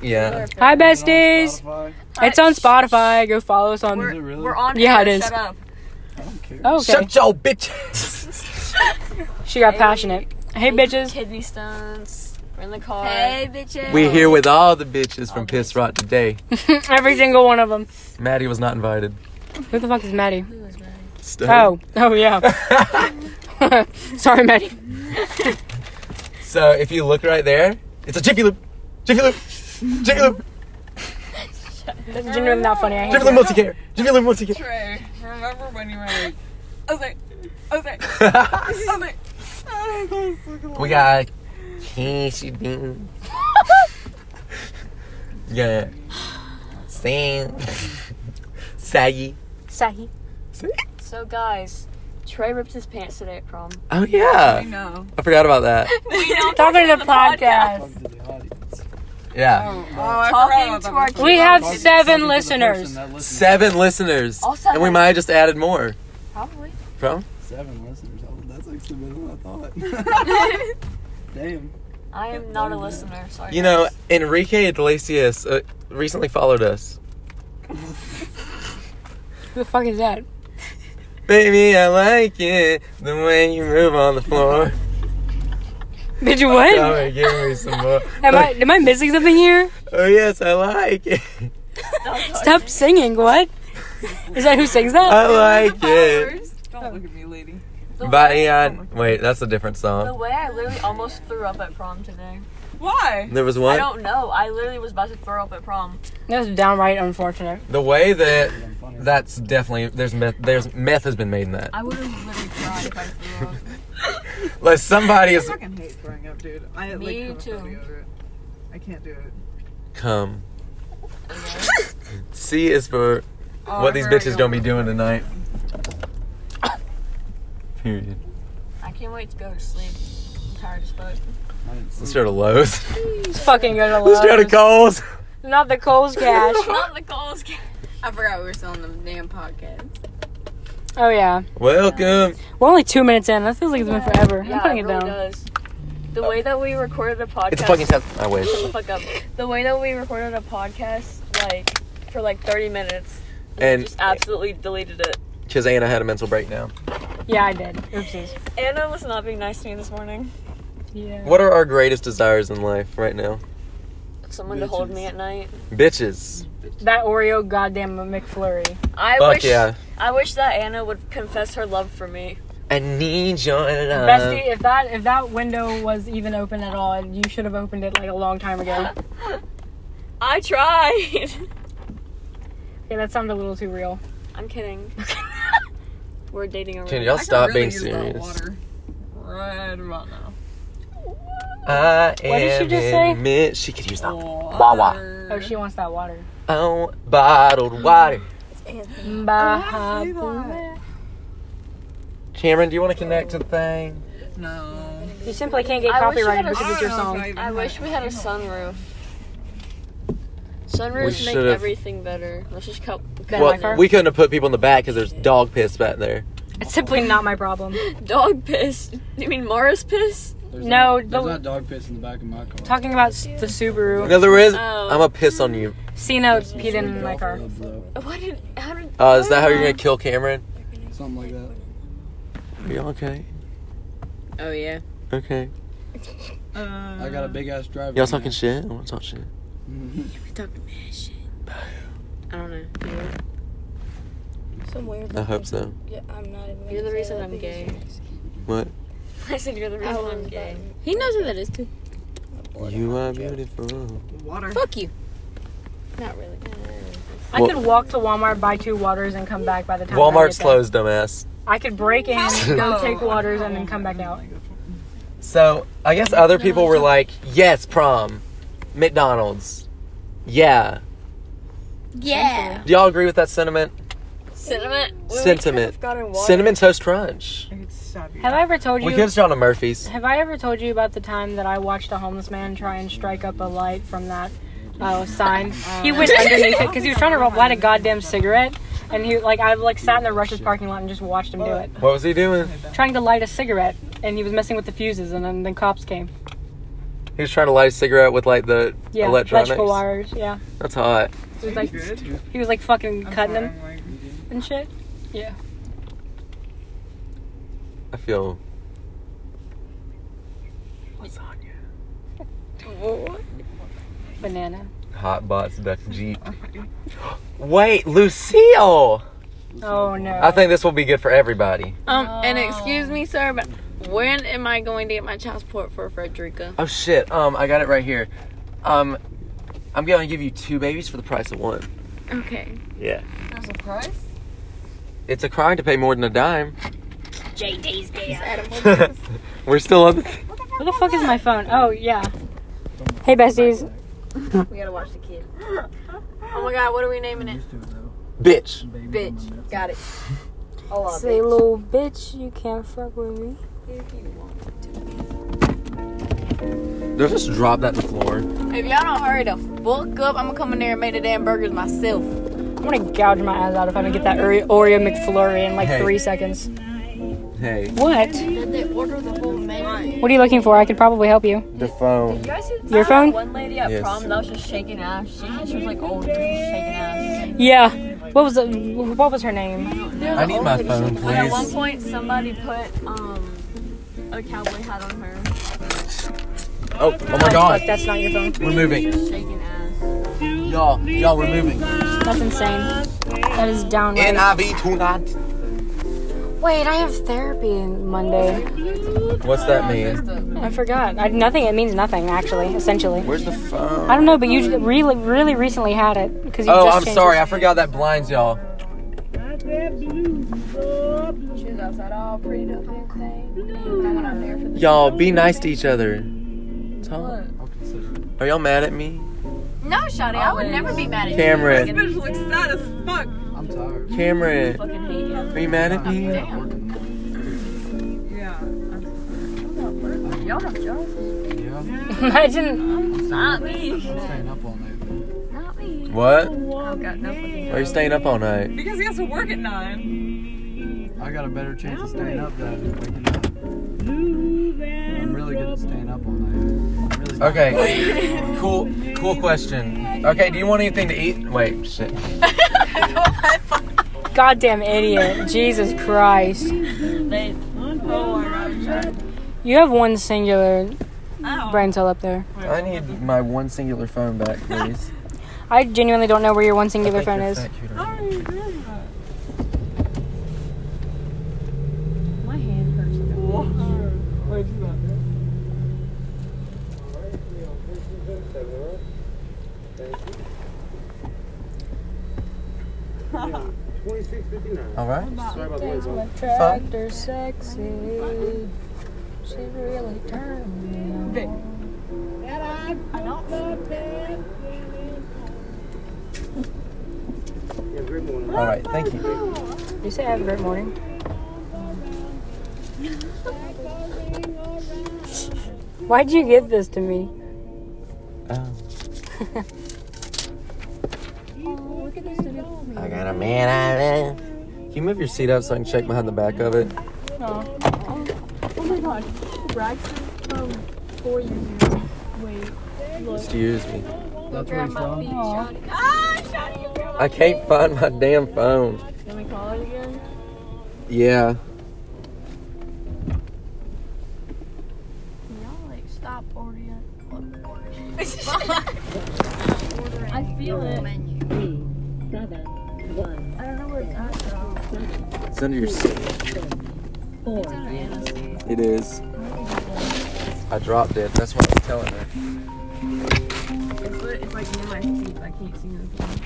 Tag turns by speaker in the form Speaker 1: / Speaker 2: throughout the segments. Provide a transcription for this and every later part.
Speaker 1: Yeah.
Speaker 2: Hi, besties.
Speaker 3: Spotify?
Speaker 2: It's on Spotify. Go follow us
Speaker 3: Is
Speaker 2: on.
Speaker 3: it really?
Speaker 4: We're on.
Speaker 2: Yeah,
Speaker 4: air,
Speaker 2: it is.
Speaker 4: Shut up.
Speaker 3: I don't care.
Speaker 2: Oh, okay.
Speaker 1: Shut your bitch.
Speaker 2: She got passionate. Hey, bitches.
Speaker 4: Kidney stones. We're in the car.
Speaker 5: Hey, bitches.
Speaker 1: We're here with all the bitches from Piss Rot today.
Speaker 2: Every single one of them.
Speaker 1: Maddie was not invited.
Speaker 2: Who the fuck is Maddie?
Speaker 1: Still.
Speaker 2: Oh, oh yeah. Sorry, Maddie.
Speaker 1: so if you look right there, it's a Jiffy Loop. Jiffy Loop. Jiffy Loop.
Speaker 2: That's genuinely not funny. I hate
Speaker 1: Jiffy
Speaker 2: it.
Speaker 1: Loop multicare. Jiffy Loop multicare.
Speaker 4: Trey, remember when you were like,
Speaker 5: I was like, I was like, I was like,
Speaker 1: we got Casey Bean. yeah. Sam. Saggy.
Speaker 2: Sahi.
Speaker 4: so guys, Trey ripped his pants today at prom.
Speaker 1: Oh yeah.
Speaker 5: no.
Speaker 1: I forgot about that.
Speaker 2: Talking to the podcast.
Speaker 3: Talk to the audience.
Speaker 1: Yeah.
Speaker 5: Oh, I
Speaker 4: Talking to our
Speaker 2: We have
Speaker 3: Talk to-
Speaker 2: seven
Speaker 3: talk to the person
Speaker 2: listeners.
Speaker 3: that listens.
Speaker 1: Seven listeners.
Speaker 4: All seven.
Speaker 1: And we might have just added more.
Speaker 4: Probably.
Speaker 1: From?
Speaker 3: Seven listeners. Oh, that's actually better than I thought. Damn.
Speaker 4: I am not a listener. Sorry.
Speaker 1: You know,
Speaker 4: guys.
Speaker 1: Enrique Iglesias uh, recently followed us.
Speaker 2: Who the fuck is that?
Speaker 1: Baby, I like it the way you move on the floor.
Speaker 2: Did you what?
Speaker 1: Come and give me some more.
Speaker 2: Am I am I missing something here?
Speaker 1: Oh yes, I like it.
Speaker 2: Stop singing. What? Is that who sings that?
Speaker 1: I like it.
Speaker 5: Don't look at me, lady.
Speaker 4: The
Speaker 1: Body
Speaker 4: way-
Speaker 1: on. Wait, that's a different
Speaker 4: The
Speaker 1: song.
Speaker 4: way I literally almost threw up at prom today.
Speaker 5: Why?
Speaker 1: There was
Speaker 4: I
Speaker 1: one.
Speaker 4: don't know. I literally was about to throw up at prom.
Speaker 2: That's downright unfortunate.
Speaker 1: The way that
Speaker 3: I'm funny.
Speaker 1: that's definitely there's meth, there's meth has been made in that.
Speaker 4: I would have literally cried if I threw up.
Speaker 1: Like somebody
Speaker 5: I
Speaker 1: is
Speaker 5: fucking hate throwing up, dude. I
Speaker 4: Me
Speaker 5: like
Speaker 4: too.
Speaker 5: claustrophobia over it. I can't do it.
Speaker 1: come. C is for
Speaker 5: Oh,
Speaker 1: what these
Speaker 5: here I
Speaker 1: bitches
Speaker 5: go.
Speaker 1: gonna be doing tonight. Period.
Speaker 4: I can't wait to go to sleep. I'm tired as fuck.
Speaker 3: I didn't see
Speaker 1: Let's go to Lowe's.
Speaker 2: It's fucking good.
Speaker 1: Let's go to Coles.
Speaker 2: Not the Coles cash.
Speaker 4: Not the goals.
Speaker 5: I forgot we were still on the damn podcast.
Speaker 2: Oh yeah.
Speaker 1: Welcome.
Speaker 2: We're only two minutes in. That feels like it's been forever.
Speaker 4: Yeah,
Speaker 2: I'm putting
Speaker 4: it
Speaker 2: it
Speaker 4: really
Speaker 2: down.
Speaker 4: does. The way that we recorded a podcast.
Speaker 1: It's a fucking test. I wish.
Speaker 4: Shut the fuck up. The way that we recorded a podcast, like for like 30 minutes,
Speaker 1: And-
Speaker 4: and just absolutely deleted it.
Speaker 1: Cause Anna had a mental breakdown.
Speaker 2: Yeah, I did. Oopsies.
Speaker 4: Anna was not being nice to me this morning.
Speaker 2: Yeah.
Speaker 1: What are our greatest desires in life right now?
Speaker 4: Someone to hold
Speaker 3: Bitches.
Speaker 4: me at night.
Speaker 1: Bitches.
Speaker 2: That Oreo goddamn McFlurry.
Speaker 4: I
Speaker 1: Fuck
Speaker 4: wish.
Speaker 1: yeah.
Speaker 4: I wish that Anna would confess her love for me.
Speaker 1: I need your love.
Speaker 2: Bestie, if that if that window was even open at all, you should have opened it like a long time ago.
Speaker 4: I tried.
Speaker 2: Okay, that sounded a little too real.
Speaker 4: I'm kidding. We're dating already.
Speaker 1: Can y'all
Speaker 5: I could
Speaker 1: stop
Speaker 5: really
Speaker 1: being
Speaker 5: use that
Speaker 1: serious?
Speaker 5: water Right about now.
Speaker 1: I am
Speaker 2: What did she just say?
Speaker 1: admit- she could use that.
Speaker 5: Water.
Speaker 2: Oh, she wants that water.
Speaker 1: Oh, bottled water.
Speaker 5: see that.
Speaker 1: Cameron, do you want to connect to the thing?
Speaker 5: No.
Speaker 2: You simply can't get
Speaker 4: I wish you
Speaker 2: copyrighted
Speaker 4: had a-
Speaker 2: because it's your song.
Speaker 4: I wish we had a sunroof. Sunroofs make
Speaker 1: should've-
Speaker 4: everything better. Let's just cut. cut
Speaker 2: Well,
Speaker 4: in there.
Speaker 2: car?
Speaker 1: we couldn't have put people in the back because there's dog piss back there.
Speaker 2: It's simply not my problem.
Speaker 4: Dog piss. You mean Morris piss?
Speaker 3: There's
Speaker 2: No, the-
Speaker 3: Not, there's not dog piss in the back of my car.
Speaker 2: Talking about s- the Subaru,
Speaker 1: No, there is.
Speaker 4: Oh.
Speaker 1: I'm gonna piss on you.
Speaker 2: C note
Speaker 3: There's
Speaker 2: peed in my
Speaker 3: golf
Speaker 2: car.
Speaker 3: clubs, though.
Speaker 4: What did? How did?
Speaker 1: Uh, is that how you're gonna kill Cameron?
Speaker 3: Something like that.
Speaker 1: Are you okay?
Speaker 5: Oh yeah.
Speaker 1: Okay.
Speaker 3: I got a
Speaker 5: Um,
Speaker 3: big ass driver.
Speaker 1: Y'all talking shit? I want to talk shit.
Speaker 3: Mhm.
Speaker 5: I don't know.
Speaker 6: Some weird.
Speaker 1: I hope so.
Speaker 6: Yeah, I'm not even.
Speaker 4: You're
Speaker 6: gonna
Speaker 4: the
Speaker 6: say
Speaker 4: reason
Speaker 6: that
Speaker 4: I'm
Speaker 6: because
Speaker 4: gay.
Speaker 1: What?
Speaker 4: I said you're the
Speaker 6: I
Speaker 4: reason
Speaker 6: was
Speaker 4: Oh, I'm gay.
Speaker 6: button-
Speaker 5: He knows who that is too.
Speaker 1: You are beautiful.
Speaker 5: Water. Fuck you.
Speaker 4: Not really.
Speaker 2: I
Speaker 1: Well-
Speaker 2: could walk to Walmart, buy two waters, and come back by the time. I
Speaker 1: Walmart's
Speaker 2: get there.
Speaker 1: closed, dumbass.
Speaker 2: I could break in, go
Speaker 5: No.
Speaker 2: take waters, and then come back out.
Speaker 1: So I guess other people were like, "Yes, prom, McDonald's, yeah."
Speaker 6: Yeah.
Speaker 1: Do y'all agree with that sentiment?
Speaker 4: Cinnamon. We
Speaker 1: Sentiment.
Speaker 4: Could have gotten water.
Speaker 1: Cinnamon toast crunch.
Speaker 5: I could stab you.
Speaker 2: Have I ever told
Speaker 1: We
Speaker 2: you?
Speaker 1: could have gone to Murphy's.
Speaker 2: Have I ever told you about the time that I watched a homeless man try and strike up a light from that uh, sign? He went underneath it because he was trying to roll- light a goddamn cigarette, and he like I like sat in the Rush's parking lot and just watched him do it,
Speaker 1: What was he doing?
Speaker 2: trying to light a cigarette, and he was messing with the fuses, and then the cops came.
Speaker 1: He was trying to light a cigarette with like the
Speaker 2: Yeah,
Speaker 1: electronics.
Speaker 2: electrical wires. Yeah,
Speaker 1: That's hot.
Speaker 2: he was like
Speaker 5: Good.
Speaker 2: he was like fucking
Speaker 5: I'm
Speaker 2: cutting
Speaker 5: sorry,
Speaker 2: them
Speaker 5: I'm like-
Speaker 2: and shit.
Speaker 1: I feel. Lasagna.
Speaker 2: Banana.
Speaker 1: Hot bots duck jeep. Wait, Lucille.
Speaker 2: Oh no.
Speaker 1: I think this will be good for everybody.
Speaker 5: Um, and excuse me, sir, but when am I going to get my child support for Frederica?
Speaker 1: Oh shit. Um, I got it right here. Um, I'm gonna give you two babies for the price of one.
Speaker 5: Okay.
Speaker 1: Yeah.
Speaker 7: There's a price?
Speaker 1: It's a crime to pay more than a dime.
Speaker 6: JD's dead.
Speaker 1: We're still on. The
Speaker 2: Where the fuck is my phone? Oh yeah. Hey besties.
Speaker 7: We gotta watch the kid.
Speaker 5: Oh my god, what are we naming it?
Speaker 3: Used to it though.
Speaker 1: Bitch.
Speaker 3: Baby on my
Speaker 7: Bitch.
Speaker 3: nuts.
Speaker 7: Got it. I love
Speaker 2: Say
Speaker 7: it.
Speaker 2: little bitch, you can't fuck with me.
Speaker 1: They'll just drop that in the floor.
Speaker 5: If y'all don't hurry the fuck up, I'm gonna come in there and make the damn burgers myself.
Speaker 2: I'm gonna gouge my eyes out if I don't get that Ore- Oreo McFlurry in like
Speaker 1: Hey.
Speaker 2: three seconds.
Speaker 1: Hey,
Speaker 2: What?
Speaker 7: Did they order the whole menu?
Speaker 2: What are you looking for? I could probably help you.
Speaker 1: the phone.
Speaker 7: You guys see
Speaker 2: Your phone?
Speaker 7: One lady at
Speaker 1: Yes.
Speaker 7: prom that was just shaking ass. She, she was like, oh, dude, she's shaking ass.
Speaker 2: Yeah. What was the, what was her name?
Speaker 1: I need my phone,
Speaker 7: And at one
Speaker 1: please.
Speaker 7: point, somebody put um a cowboy hat on her,
Speaker 1: Oh, oh my
Speaker 2: Fuck,
Speaker 1: god.
Speaker 2: that's not your phone.
Speaker 1: We're moving.
Speaker 7: shaking ass.
Speaker 1: Y'all, y'all, we're moving.
Speaker 2: That's insane. That is downright.
Speaker 1: NIV tonight.
Speaker 2: Wait, I have therapy on Monday.
Speaker 1: What's that mean?
Speaker 2: I forgot. I, nothing. It means nothing, actually. Essentially.
Speaker 1: Where's the phone?
Speaker 2: I don't know, but you really, really recently had it because you
Speaker 1: Oh,
Speaker 2: just
Speaker 1: I'm
Speaker 2: changed
Speaker 1: sorry.
Speaker 2: it.
Speaker 1: I forgot that blinds y'all.
Speaker 4: She's outside all pretty up and everything. I went out there for the
Speaker 1: Y'all, be nice to each other. Are y'all mad at me?
Speaker 5: No, Shawty, I would never be mad at you.
Speaker 1: Cameron,
Speaker 7: Bitch looks sad as fuck.
Speaker 3: I'm tired.
Speaker 1: Cameron,
Speaker 7: Fucking hate you.
Speaker 1: are you mad at me?
Speaker 3: I'm working now.
Speaker 7: Y'all have jobs.
Speaker 3: Yeah.
Speaker 2: Imagine.
Speaker 7: Not me.
Speaker 3: I'm staying up all night. though.
Speaker 7: Not me.
Speaker 1: What?
Speaker 7: I've got no fucking
Speaker 1: Are you staying up all night?
Speaker 7: Because he has to work at nine.
Speaker 3: I got a better chance of staying up than I do waking up. I'm really good at staying up all night. I'm really good.
Speaker 1: Okay. Cool. Cool question. Okay. Do you want anything to eat? Wait. Shit.
Speaker 2: Goddamn idiot. Jesus Christ.
Speaker 7: They, oh my god.
Speaker 2: You have one singular brain cell up there.
Speaker 1: I need my one singular phone back, please.
Speaker 2: I genuinely don't know where your one singular
Speaker 1: I think
Speaker 2: phone
Speaker 1: you're
Speaker 2: is.
Speaker 1: fat, cuter.
Speaker 7: My hand hurts.
Speaker 1: All right.
Speaker 2: Tractor sexy. She really turned me on.
Speaker 1: All right. Thank you.
Speaker 2: Did you say have a great morning? Why'd you give this to me?
Speaker 1: Oh. I got a man out of it. Can you move your seat up so I can check behind the back of it?
Speaker 7: Oh my god. Braxton from four years ago. Wait.
Speaker 1: Excuse me.
Speaker 3: That's where he's from.
Speaker 2: oh.
Speaker 1: I can't find my damn phone.
Speaker 7: Can we call it again?
Speaker 1: Yeah.
Speaker 4: Y'all like stop ordering.
Speaker 7: I feel it. I don't know where it's at.
Speaker 1: It's under your seat. It is. I dropped it. That's what I was telling her.
Speaker 7: It's, li- it's like in my teeth. I can't see nothing.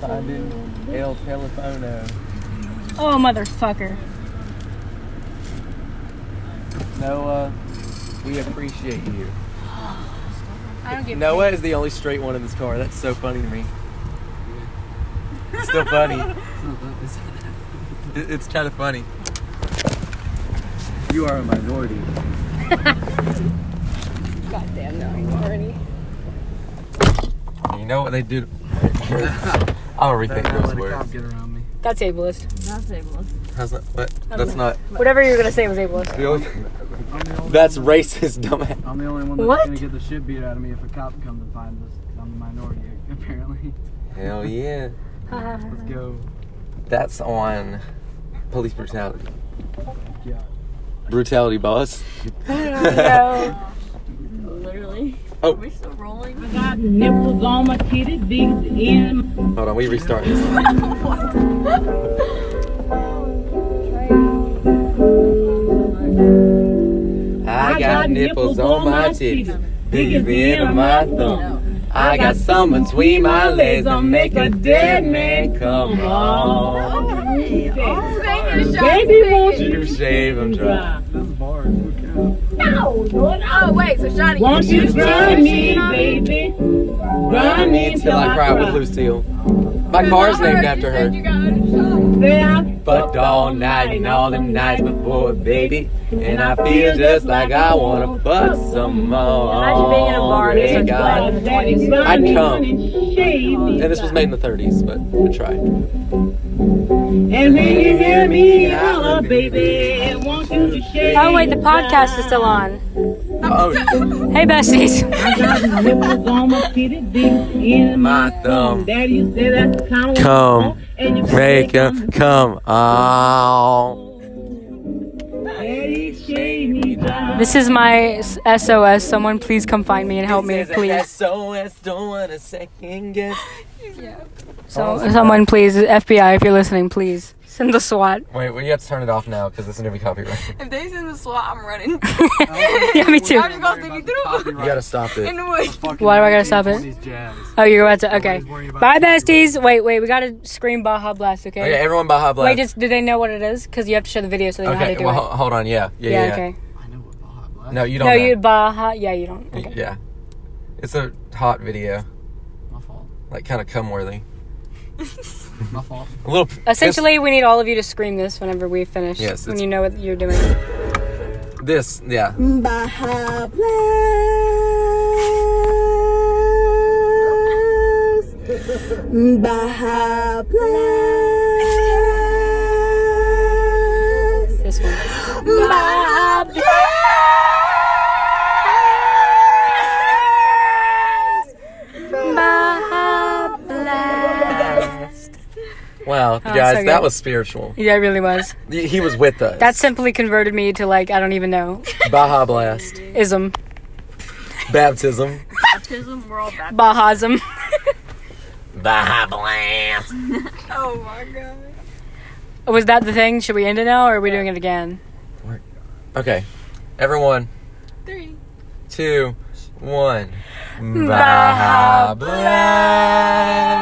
Speaker 1: Finding El Telefono.
Speaker 2: Oh, motherfucker.
Speaker 1: Noah, we appreciate you. I don't get Noah is the only straight one in this car. That's so funny to me. Still funny. It- it's kind of funny.
Speaker 3: You are a minority.
Speaker 5: Goddamn, no, you already.
Speaker 1: You know what they do? I'll
Speaker 3: They're
Speaker 1: rethink
Speaker 3: not
Speaker 1: those
Speaker 3: letting a cop
Speaker 1: words.
Speaker 3: get around me.
Speaker 2: That's ableist.
Speaker 7: Not able.
Speaker 1: How's that? What? That's not.
Speaker 2: Whatever you were gonna say was ableist.
Speaker 1: The only,
Speaker 3: I'm the only
Speaker 1: that's
Speaker 3: one-
Speaker 1: racist, dumbass.
Speaker 3: I'm the only one that's
Speaker 2: What?
Speaker 3: gonna get the shit beat out of me if a cop comes and finds us. I'm the minority apparently.
Speaker 1: Hell yeah.
Speaker 3: Let's go.
Speaker 1: That's on police brutality.
Speaker 3: Yeah.
Speaker 1: Brutality, boss.
Speaker 7: Literally.
Speaker 1: Oh.
Speaker 7: Are we still rolling?
Speaker 8: Nipples on my titty, digs in.
Speaker 1: Hold on, we restart this. I got nipples on my titties, big in my thumb. I got some between my legs that make a dead man come on.
Speaker 7: Okay.
Speaker 8: Baby, won't you
Speaker 1: You shave him dry.
Speaker 8: try?
Speaker 3: That's bars. Okay.
Speaker 4: Oh wait, so Shiny.
Speaker 8: Won't you run me, baby? Run me
Speaker 1: Till I cry with Lucille. My car's named after her.
Speaker 8: There,
Speaker 1: Fucked all night and all the nights before, baby. And I feel just like I wanna fuck some more.
Speaker 2: Imagine being in a bar and
Speaker 1: Yeah,
Speaker 2: it's a
Speaker 1: God.
Speaker 2: flag.
Speaker 8: daddy,
Speaker 1: I'd
Speaker 8: run me,
Speaker 1: come.
Speaker 8: run and shave me.
Speaker 1: And this was made in the 30s, but we tried.
Speaker 8: And when you hear me holler, baby, won't you shave
Speaker 2: Oh wait, the
Speaker 8: me
Speaker 2: podcast is
Speaker 8: down?
Speaker 2: still on.
Speaker 1: Oh,
Speaker 2: Hey besties.
Speaker 8: I got nipples on my titty, digs in
Speaker 1: my thumb.
Speaker 8: Daddy, you say that's kind of
Speaker 1: Come,
Speaker 8: and you
Speaker 1: Make him come on.
Speaker 8: Daddy, shave me down.
Speaker 2: This is my s- SOS. Someone please come find me and help me, please.
Speaker 1: SOS, don't wanna second guess.
Speaker 2: So, someone please, FBI, if you're listening, please send the SWAT.
Speaker 1: Wait, we have to turn it off now because this is gonna be copyrighted.
Speaker 4: If they send the SWAT, I'm running.
Speaker 2: yeah, me too.
Speaker 4: just gonna think you
Speaker 1: You gotta stop it.
Speaker 4: the woods.
Speaker 2: Why do I gotta stop it? Oh, you're about to. Okay.
Speaker 3: Nobody's worried about
Speaker 2: Bye,
Speaker 3: the
Speaker 2: besties. Wait, wait. We gotta scream Baja Blast, okay?
Speaker 1: Okay, everyone Baja Blast.
Speaker 2: Wait, just do they know what it is? Because you have to show the video so they know how to
Speaker 1: okay,
Speaker 2: do
Speaker 1: well,
Speaker 2: it.
Speaker 1: ho- hold on. Yeah, yeah,
Speaker 2: Yeah,
Speaker 1: yeah. yeah.
Speaker 2: okay.
Speaker 3: I know what Baja Blast.
Speaker 1: No, you don't.
Speaker 2: No,
Speaker 1: know.
Speaker 2: you Baja. Yeah, you don't. Okay.
Speaker 1: Yeah, it's a hot video,
Speaker 3: My fault.
Speaker 1: like kind of cum worthy.
Speaker 3: My fault.
Speaker 1: A little.
Speaker 2: Essentially, we need all of you to scream this whenever we finish.
Speaker 1: Yes,
Speaker 2: When
Speaker 1: it's-
Speaker 2: you know what you're doing.
Speaker 1: This, this, yeah.
Speaker 2: Oh, This one.
Speaker 1: Wow,
Speaker 2: so
Speaker 1: guys,
Speaker 2: good.
Speaker 1: that was spiritual.
Speaker 2: Yeah, it really was.
Speaker 1: He he was with us.
Speaker 2: That simply converted me to like I don't even know
Speaker 1: Baja Blast,
Speaker 2: ism,
Speaker 1: baptism.
Speaker 2: Bahaism.
Speaker 1: Baja Blast.
Speaker 4: Oh my god.
Speaker 2: Was that the thing? Should we end it now, or are we doing it again?
Speaker 1: Okay, everyone.
Speaker 4: Three.
Speaker 1: two, one. Baja Blast.